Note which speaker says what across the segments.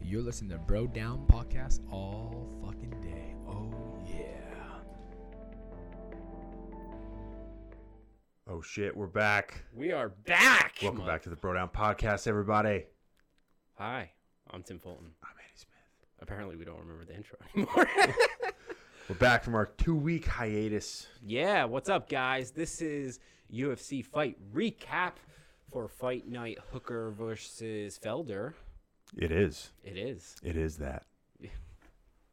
Speaker 1: You're listening to Bro Down Podcast all fucking day. Oh, yeah.
Speaker 2: Oh shit, we're back.
Speaker 3: We are back.
Speaker 2: Welcome back to the Bro Down Podcast, everybody.
Speaker 3: Hi, I'm Tim Fulton.
Speaker 2: I'm Andy Smith.
Speaker 3: Apparently, we don't remember the intro anymore.
Speaker 2: We're back from our two week hiatus.
Speaker 3: yeah, what's up, guys? This is UFC fight recap for Fight Night Hooker versus Felder.
Speaker 2: It is.
Speaker 3: It is.
Speaker 2: It is that.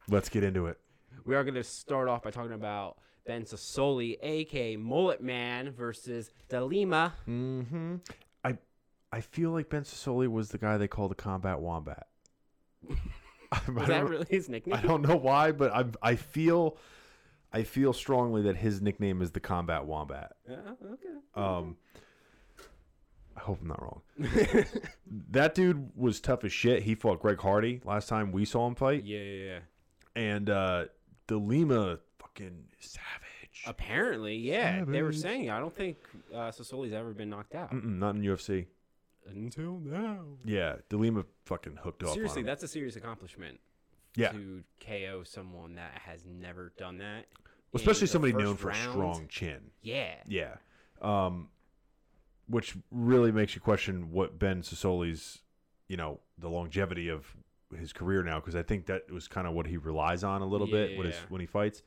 Speaker 2: Let's get into it.
Speaker 3: We are going to start off by talking about Ben Sassoli, aka Mullet Man, versus Dalima.
Speaker 2: Mm-hmm. I I feel like Ben Sasoli was the guy they called the combat wombat. I,
Speaker 3: Was
Speaker 2: don't,
Speaker 3: that really his nickname?
Speaker 2: I don't know why, but I I feel I feel strongly that his nickname is the combat wombat.
Speaker 3: Uh, okay.
Speaker 2: Um, I hope I'm not wrong. that dude was tough as shit. He fought Greg Hardy last time we saw him fight,
Speaker 3: Yeah, yeah, yeah.
Speaker 2: and uh, the Lima fucking savage.
Speaker 3: Apparently, yeah. They were
Speaker 2: Savage.
Speaker 3: saying, I don't think uh, Sassoli's ever been knocked out.
Speaker 2: Mm-mm, not in UFC.
Speaker 3: Until now.
Speaker 2: Yeah, the Lima fucking hooked up.
Speaker 3: Seriously,
Speaker 2: on him.
Speaker 3: that's a serious accomplishment.
Speaker 2: Yeah.
Speaker 3: To KO someone that has never done that. in
Speaker 2: especially
Speaker 3: the
Speaker 2: somebody
Speaker 3: first
Speaker 2: known for a
Speaker 3: round.
Speaker 2: strong chin.
Speaker 3: Yeah.
Speaker 2: Yeah, um, which really makes you question what Ben Sasoli's, you know, the longevity of his career now because I think that was kind of what he relies on a little bit when his,
Speaker 3: Yeah.
Speaker 2: when he fights.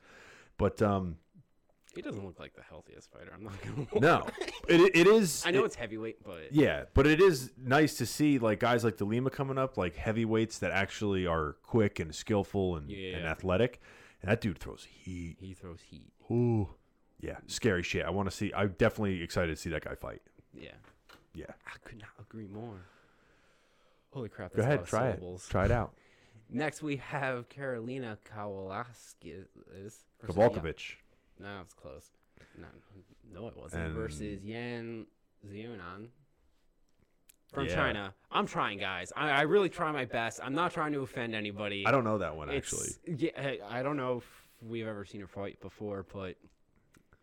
Speaker 2: But um,
Speaker 3: He doesn't look like the healthiest fighter. I'm not going to
Speaker 2: No, it, it is.
Speaker 3: I know
Speaker 2: it-
Speaker 3: it's heavyweight, but
Speaker 2: yeah, but it is nice to see like guys like DeLima coming up, like heavyweights that actually are quick and skillful and, and
Speaker 3: Yeah.
Speaker 2: athletic. And that dude throws heat.
Speaker 3: he throws heat.
Speaker 2: Ooh, yeah, scary shit. I want to see. I'm definitely excited to see that guy fight.
Speaker 3: Yeah.
Speaker 2: Yeah,
Speaker 3: I could not agree more. Holy crap.
Speaker 2: go
Speaker 3: That's
Speaker 2: ahead, try
Speaker 3: syllables.
Speaker 2: it. Try it out.
Speaker 3: Next, we have Karolina Kowalski.
Speaker 2: Kovalkovich.
Speaker 3: No, it's close. No, no, it wasn't.
Speaker 2: And-
Speaker 3: Versus Yan Xiaonan from
Speaker 2: Yeah.
Speaker 3: China. I'm trying, guys. I, I really try my best. I'm not trying to offend anybody.
Speaker 2: I don't know that one
Speaker 3: It's-
Speaker 2: actually.
Speaker 3: Yeah, I- I don't know if we've ever seen her fight before, but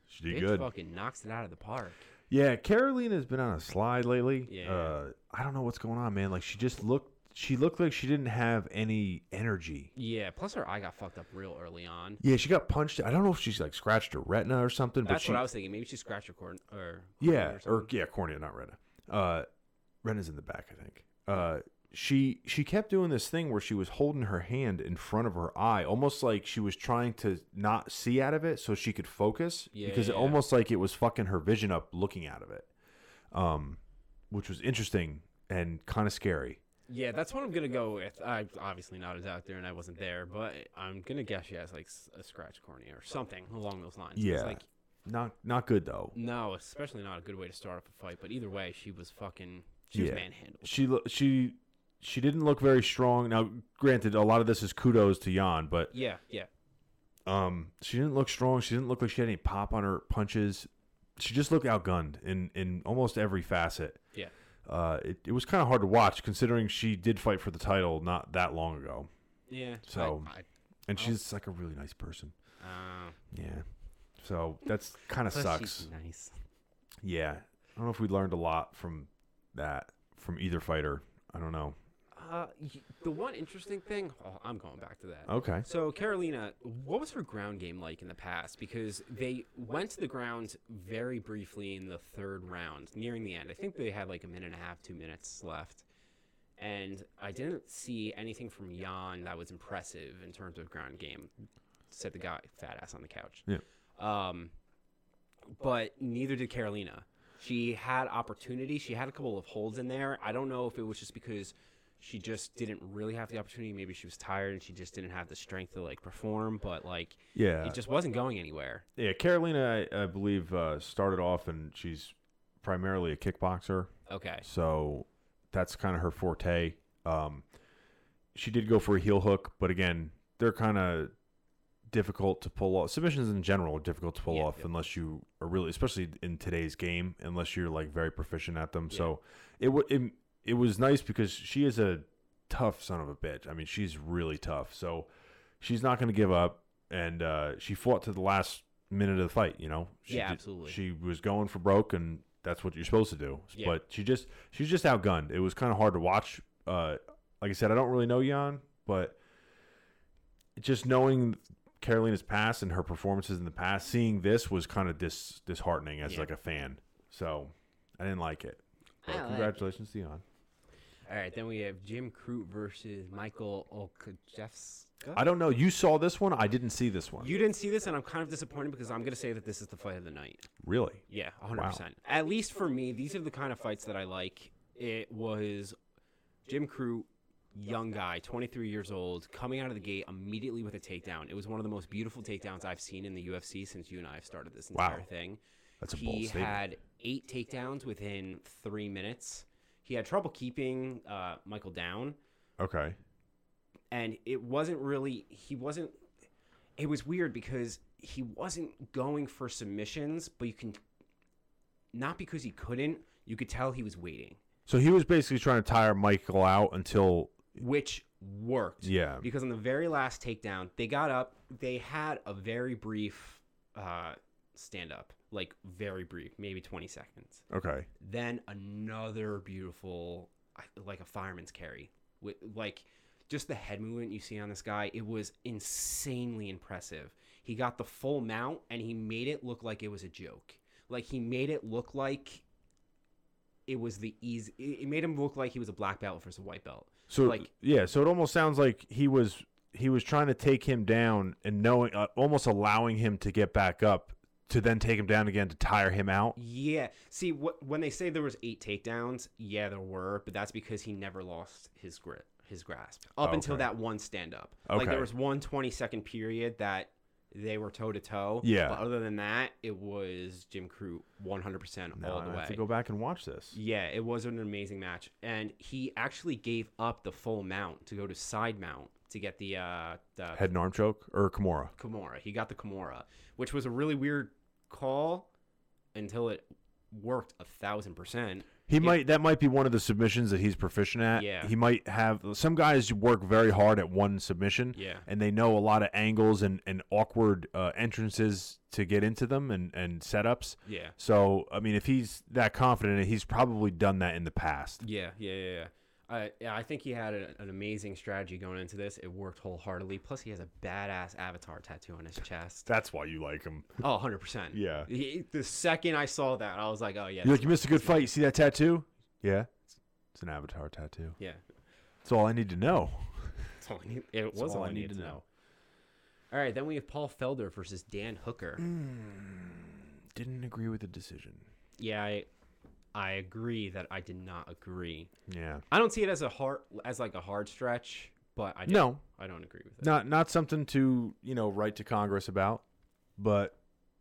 Speaker 2: She did
Speaker 3: bitch
Speaker 2: good.
Speaker 3: fucking knocks it out of the park.
Speaker 2: Yeah, Carolina's been on a slide lately.
Speaker 3: Yeah.
Speaker 2: Uh, I don't know what's going on, man. Like she just looked. She looked like she didn't have any energy.
Speaker 3: Yeah. Plus, her eye got fucked up real early on.
Speaker 2: Yeah, she got punched. I don't know if she's like scratched her retina or something, but
Speaker 3: That's
Speaker 2: she
Speaker 3: what I was thinking. Maybe she scratched her corn or
Speaker 2: yeah,
Speaker 3: cornea
Speaker 2: or,
Speaker 3: something.
Speaker 2: yeah, cornea, not retina. Uh, retina's in the back, I think. Uh, she she kept doing this thing where she was holding her hand in front of her eye, almost like she was trying to not see out of it so she could focus.
Speaker 3: Yeah,
Speaker 2: because it
Speaker 3: yeah, yeah.
Speaker 2: almost like it was fucking her vision up looking out of it, um, which was interesting and kind of scary.
Speaker 3: Yeah, that's what I'm gonna go with. I obviously not as out there, and I wasn't there, but I'm gonna guess she has like s- a scratch cornea or something along those lines.
Speaker 2: Yeah.
Speaker 3: it's like
Speaker 2: Not not good though.
Speaker 3: no, especially not a good way to start up a fight. But either way, she was fucking she was
Speaker 2: Yeah.
Speaker 3: manhandled.
Speaker 2: She lo- she she didn't look very strong. Now, granted, a lot of this is kudos to Jan, but
Speaker 3: Yeah, yeah,
Speaker 2: Um, she didn't look strong. She didn't look like she had any pop on her punches. She just looked outgunned in in almost every facet.
Speaker 3: yeah.
Speaker 2: Uh, it, it was kind of hard to watch considering she did fight for the title not that long ago,
Speaker 3: Yeah.
Speaker 2: So-
Speaker 3: I,
Speaker 2: and she's like a really nice person.
Speaker 3: I, uh,
Speaker 2: Yeah, so that's kind of
Speaker 3: plus
Speaker 2: sucks.
Speaker 3: She's nice.
Speaker 2: Yeah, I don't know if we learned a lot from that from either fighter. I don't know.
Speaker 3: Uh, y- the one interesting thing. Oh, I'm going back to that.
Speaker 2: Okay.
Speaker 3: So Carolina, what was her ground game like in the past? Because they went to the ground very briefly in the third round, nearing the end. I think they had like a minute and a half, two minutes left. And I didn't see anything from Jan that was impressive in terms of ground game. Said the guy, fat ass on the couch.
Speaker 2: Yeah.
Speaker 3: Um, but neither did Carolina. She had opportunity. She had a couple of holds in there. I don't know if it was just because she just didn't really have the opportunity. Maybe she was tired and she just didn't have the strength to like perform. But like,
Speaker 2: Yeah.
Speaker 3: it just wasn't going anywhere.
Speaker 2: yeah. Carolina, I, I believe, uh, started off and she's primarily a kickboxer.
Speaker 3: Okay.
Speaker 2: So that's kind of her forte. Um, she did go for a heel hook, but again, they're kind of difficult to pull off. Submissions in general are difficult to pull
Speaker 3: Yeah,
Speaker 2: off
Speaker 3: yeah.
Speaker 2: unless you are really, especially in today's game, unless you're like very proficient at them.
Speaker 3: Yeah.
Speaker 2: So it, wa it it was nice because she is a tough son of a bitch. I mean, she's really tough. So she's not going to give up, and uh, she fought to the last minute of the fight. You know, she
Speaker 3: Yeah,
Speaker 2: did-
Speaker 3: absolutely.
Speaker 2: She was going for broke, and that's what you're supposed to do.
Speaker 3: Yeah.
Speaker 2: But she just she was just outgunned. It was kind of hard to watch. Uh, like I said, I don't really know Jan, but just knowing Carolina's past and her performances in the past, seeing this was kind of dis- disheartening as
Speaker 3: Yeah.
Speaker 2: like a fan. So I didn't like it. But
Speaker 3: I like it.
Speaker 2: congratulations to Jan.
Speaker 3: All right, then we have Jim Crute versus Michael Olkajewska.
Speaker 2: I don't know. You saw this one. I didn't see this one.
Speaker 3: You didn't see this, and I'm kind of disappointed because I'm going to say that this is the fight of the night.
Speaker 2: really?
Speaker 3: Yeah, 100%. At least for me, these are the kind of fights that I like. It was Jim Crew, young guy, 23 years old, coming out of the gate immediately with a takedown. It was one of the most beautiful takedowns I've seen in the UFC since you and I have started this
Speaker 2: Wow.
Speaker 3: entire thing.
Speaker 2: That's a bold
Speaker 3: he
Speaker 2: statement.
Speaker 3: had eight takedowns within three minutes. He had trouble keeping uh, Michael down
Speaker 2: Okay.
Speaker 3: and it wasn't really he wasn't it was weird because he wasn't going for submissions but you can not because he couldn't you could tell he was waiting
Speaker 2: So he was basically trying to tire Michael out until
Speaker 3: which worked
Speaker 2: yeah.
Speaker 3: because on the very last takedown they got up they had a very brief uh stand up like very brief maybe 20 seconds
Speaker 2: Okay.
Speaker 3: then another beautiful like a fireman's carry with like just the head movement you see on this guy it was insanely impressive he got the full mount and he made it look like it was a joke like he made it look like it was the easy it it made him look like he was a black belt versus a white belt
Speaker 2: So
Speaker 3: like-
Speaker 2: yeah, so it almost sounds like he was he was trying to take him down and knowing uh, almost allowing him to get back up to then take him down again to tire him out.
Speaker 3: yeah see what when they say there was eight takedowns yeah there were but that's because he never lost his grip his grasp up
Speaker 2: Oh,
Speaker 3: until
Speaker 2: okay.
Speaker 3: that one stand up Like there
Speaker 2: Okay.
Speaker 3: was one 20 second period that they were toe to toe.
Speaker 2: Yeah.
Speaker 3: But other than that, it was Jim Crew 100%
Speaker 2: Now
Speaker 3: all
Speaker 2: I
Speaker 3: the
Speaker 2: have to
Speaker 3: way.
Speaker 2: go back and watch this.
Speaker 3: yeah, it was an amazing match. And he actually gave up the full mount to go to side mount to get the uh the
Speaker 2: Head and arm choke or Kimura.
Speaker 3: Kimura. He got the Kimura, which was a really weird call until it worked a thousand percent.
Speaker 2: He might that might be one of the submissions that he's proficient at.
Speaker 3: Yeah.
Speaker 2: He might have some guys work very hard at one submission.
Speaker 3: Yeah.
Speaker 2: And they know a lot of angles and, and awkward uh, entrances to get into them and, and setups.
Speaker 3: Yeah.
Speaker 2: So I mean if he's that confident he's probably done that in the past.
Speaker 3: Yeah, yeah, yeah. yeah. I, yeah, I think he had a, an amazing strategy going into this. It worked wholeheartedly. Plus, he has a badass avatar tattoo on his chest.
Speaker 2: That's why you like him.
Speaker 3: Oh, 100%.
Speaker 2: Yeah.
Speaker 3: He- the second I saw that, I was like, oh, yeah.
Speaker 2: You're
Speaker 3: this-
Speaker 2: like, you missed a good fight. You see that tattoo? Yeah. It's an avatar tattoo.
Speaker 3: yeah.
Speaker 2: That's all I need to know.
Speaker 3: That's all I need, it was all, I needed to know. All right, then we have Paul Felder versus Dan Hooker.
Speaker 2: Didn't agree with the decision.
Speaker 3: Yeah, I, I agree that I did not agree.
Speaker 2: Yeah.
Speaker 3: I don't see it as a hard, as like a hard stretch, but I don't,
Speaker 2: No,
Speaker 3: I don't agree with it.
Speaker 2: not not something to, you know, write to Congress about, but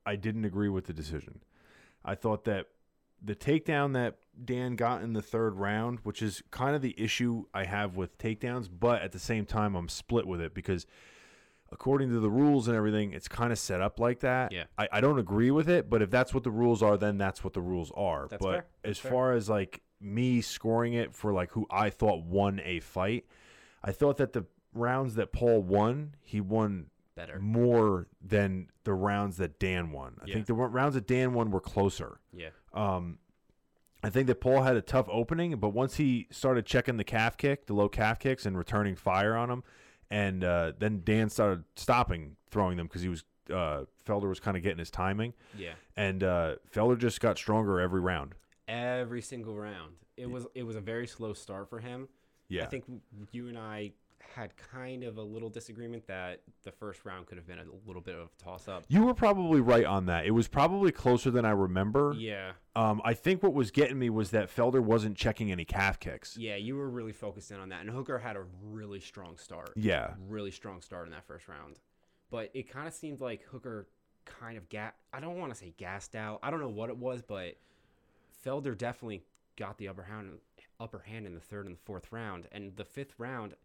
Speaker 2: I didn't agree with the decision. I thought that the takedown that Dan got in the third round, which is kind of the issue I have with takedowns, but at the same time I'm split with it because according to the rules and everything, it's kind of set up like that.
Speaker 3: Yeah.
Speaker 2: I, I don't agree with it, but if that's what the rules are, then that's what the rules are.
Speaker 3: That's
Speaker 2: but
Speaker 3: fair. That's
Speaker 2: as
Speaker 3: fair.
Speaker 2: far as like me scoring it for like who I thought won a fight, I thought that the rounds that Paul won, he won
Speaker 3: Better.
Speaker 2: more than the rounds that Dan won. I
Speaker 3: Yeah.
Speaker 2: think the ro- rounds that Dan won were closer.
Speaker 3: Yeah.
Speaker 2: Um, I think that Paul had a tough opening, but once he started checking the calf kick, the low calf kicks, and returning fire on him, and uh, then Dan started stopping throwing them because he was uh, Felder was kind of getting his timing,
Speaker 3: Yeah.
Speaker 2: and uh, Felder just got stronger every round.
Speaker 3: every single round. It was it was a very slow start for him.
Speaker 2: Yeah,
Speaker 3: I think you and I had kind of a little disagreement that the first round could have been a little bit of a toss up.
Speaker 2: you were probably right on that. It was probably closer than I remember.
Speaker 3: Yeah,
Speaker 2: Um, I think what was getting me was that Felder wasn't checking any calf kicks.
Speaker 3: yeah, you were really focused in on that, and Hooker had a really strong start.
Speaker 2: Yeah.
Speaker 3: really strong start in that first round, but it kind of seemed like Hooker kind of got. I don't want to say gassed out. I don't know what it was, but Felder definitely got the upper hand upper hand in the third and the fourth round. And the fifth round,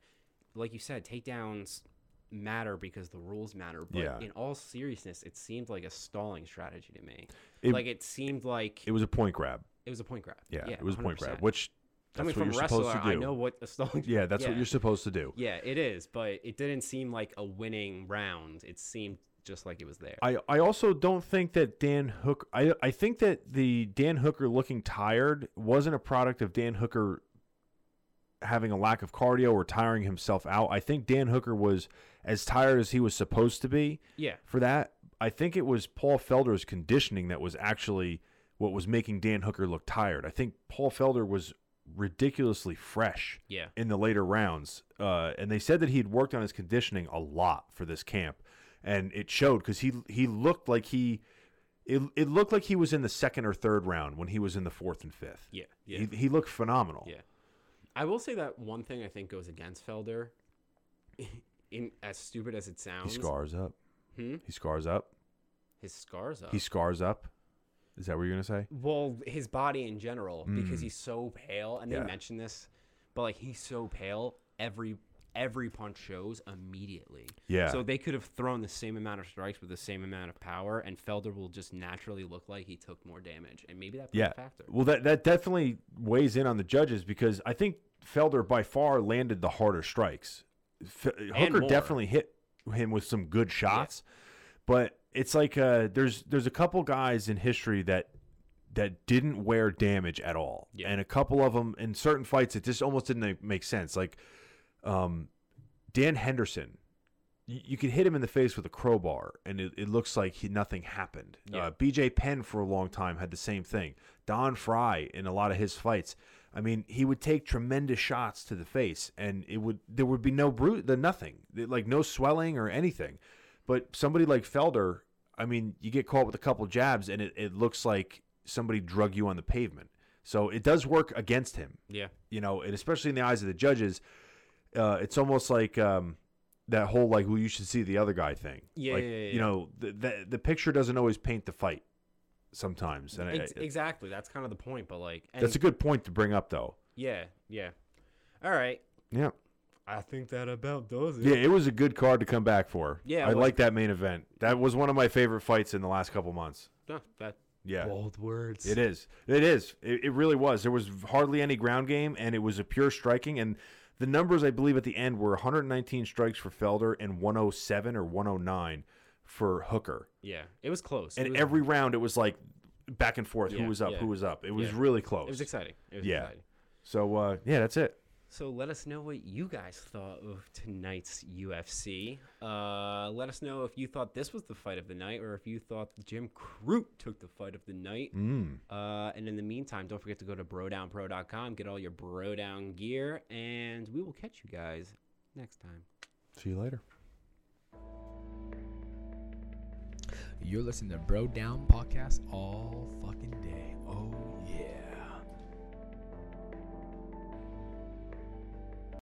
Speaker 3: like you said, takedowns matter because the rules matter. But
Speaker 2: Yeah.
Speaker 3: in all seriousness, it seemed like a stalling strategy to me.
Speaker 2: It-
Speaker 3: like it seemed like
Speaker 2: It was a point grab.
Speaker 3: it was a point grab.
Speaker 2: Yeah, it was a point
Speaker 3: 100%.
Speaker 2: grab, which that's
Speaker 3: coming
Speaker 2: what
Speaker 3: from
Speaker 2: you're
Speaker 3: a wrestler,
Speaker 2: supposed to do.
Speaker 3: I know what a stalling.
Speaker 2: Yeah, that's what you're supposed to do.
Speaker 3: Yeah, it is, but it didn't seem like a winning round. It seemed just like it was there.
Speaker 2: I, I also don't think that Dan Hook I I think that the Dan Hooker looking tired wasn't a product of Dan Hooker having a lack of cardio or tiring himself out. I think Dan Hooker was as tired as he was supposed to be
Speaker 3: Yeah.
Speaker 2: for that. I think it was Paul Felder's conditioning that was actually what was making Dan Hooker look tired. I think Paul Felder was ridiculously fresh
Speaker 3: Yeah.
Speaker 2: in the later rounds. Uh, and they said that he had worked on his conditioning a lot for this camp, and it showed because he he looked like he it, it looked like he was in the second or third round when he was in the fourth and fifth.
Speaker 3: Yeah. Yeah.
Speaker 2: He, he looked phenomenal.
Speaker 3: Yeah. I will say that one thing I think goes against Felder, in as stupid as it
Speaker 2: He
Speaker 3: sounds,
Speaker 2: scars up.
Speaker 3: Hmm?
Speaker 2: He scars up.
Speaker 3: his scars up.
Speaker 2: He scars up. Is that what you're gonna say?
Speaker 3: well, his body in general, because he's so pale, and
Speaker 2: Mm. Yeah.
Speaker 3: they mentioned this, but like he's so pale, every every punch shows immediately.
Speaker 2: Yeah.
Speaker 3: So they could have thrown the same amount of strikes with the same amount of power, and Felder will just naturally look like he took more damage, and maybe that plays
Speaker 2: yeah.
Speaker 3: a factor.
Speaker 2: Well, that that definitely weighs in on the judges because I think Felder by far landed the harder strikes. F- Hooker
Speaker 3: more.
Speaker 2: definitely hit him with some good shots, but it's like uh, there's there's a couple guys in history that that didn't wear damage at all,
Speaker 3: Yeah.
Speaker 2: and a couple of them in certain fights it just almost didn't make sense. Like um, Dan Henderson. You you could hit him in the face with a crowbar, and it, it looks like he, nothing happened.
Speaker 3: Yeah.
Speaker 2: Uh, BJ Penn for a long time had the same thing. Don Fry in a lot of his fights, I mean, he would take tremendous shots to the face, and it would there would be no brute, the nothing, like no swelling or anything. But somebody like Felder, I mean, you get caught with a couple jabs, and it, it looks like somebody drug you on the pavement. So it does work against him
Speaker 3: Yeah.
Speaker 2: you know, and especially in the eyes of the judges, uh, it's almost like um, that whole like, well, you should see the other guy thing.
Speaker 3: Yeah,
Speaker 2: Like,
Speaker 3: yeah, yeah,
Speaker 2: You
Speaker 3: yeah.
Speaker 2: know, the, the the picture doesn't always paint the fight sometimes, and I-
Speaker 3: Ex-
Speaker 2: I-
Speaker 3: exactly. That's kind of the point, but like, and
Speaker 2: that's a good point to bring up, though.
Speaker 3: yeah, yeah. All right.
Speaker 2: Yeah,
Speaker 3: I think that about does it.
Speaker 2: yeah, it was a good card to come back for.
Speaker 3: Yeah,
Speaker 2: I
Speaker 3: it was.
Speaker 2: like that main event. That was one of my favorite fights in the last couple months.
Speaker 3: No, that
Speaker 2: Yeah.
Speaker 1: Bold words.
Speaker 2: It is. It is. It, it really was. There was hardly any ground game, and it was a pure striking. And the numbers, I believe, at the end were 119 strikes for Felder and 107 or 109 for Hooker.
Speaker 3: yeah, it was close. it
Speaker 2: And
Speaker 3: was,
Speaker 2: every round, it was like back and forth.
Speaker 3: Yeah,
Speaker 2: who was up?
Speaker 3: yeah.
Speaker 2: Who was up? It was
Speaker 3: Yeah.
Speaker 2: really close.
Speaker 3: it was exciting. It was
Speaker 2: Yeah.
Speaker 3: exciting.
Speaker 2: so uh, yeah, that's it.
Speaker 3: So let us know what you guys thought of tonight's UFC. Uh, let us know if you thought this was the fight of the night or if you thought Jim Crute took the fight of the night.
Speaker 2: Mm.
Speaker 3: Uh, and in the meantime, don't forget to go to brodownpro.com, get all your bro down gear, and we will catch you guys next time.
Speaker 2: See you later.
Speaker 1: You're listening to Bro Down Podcast all fucking day. Oh,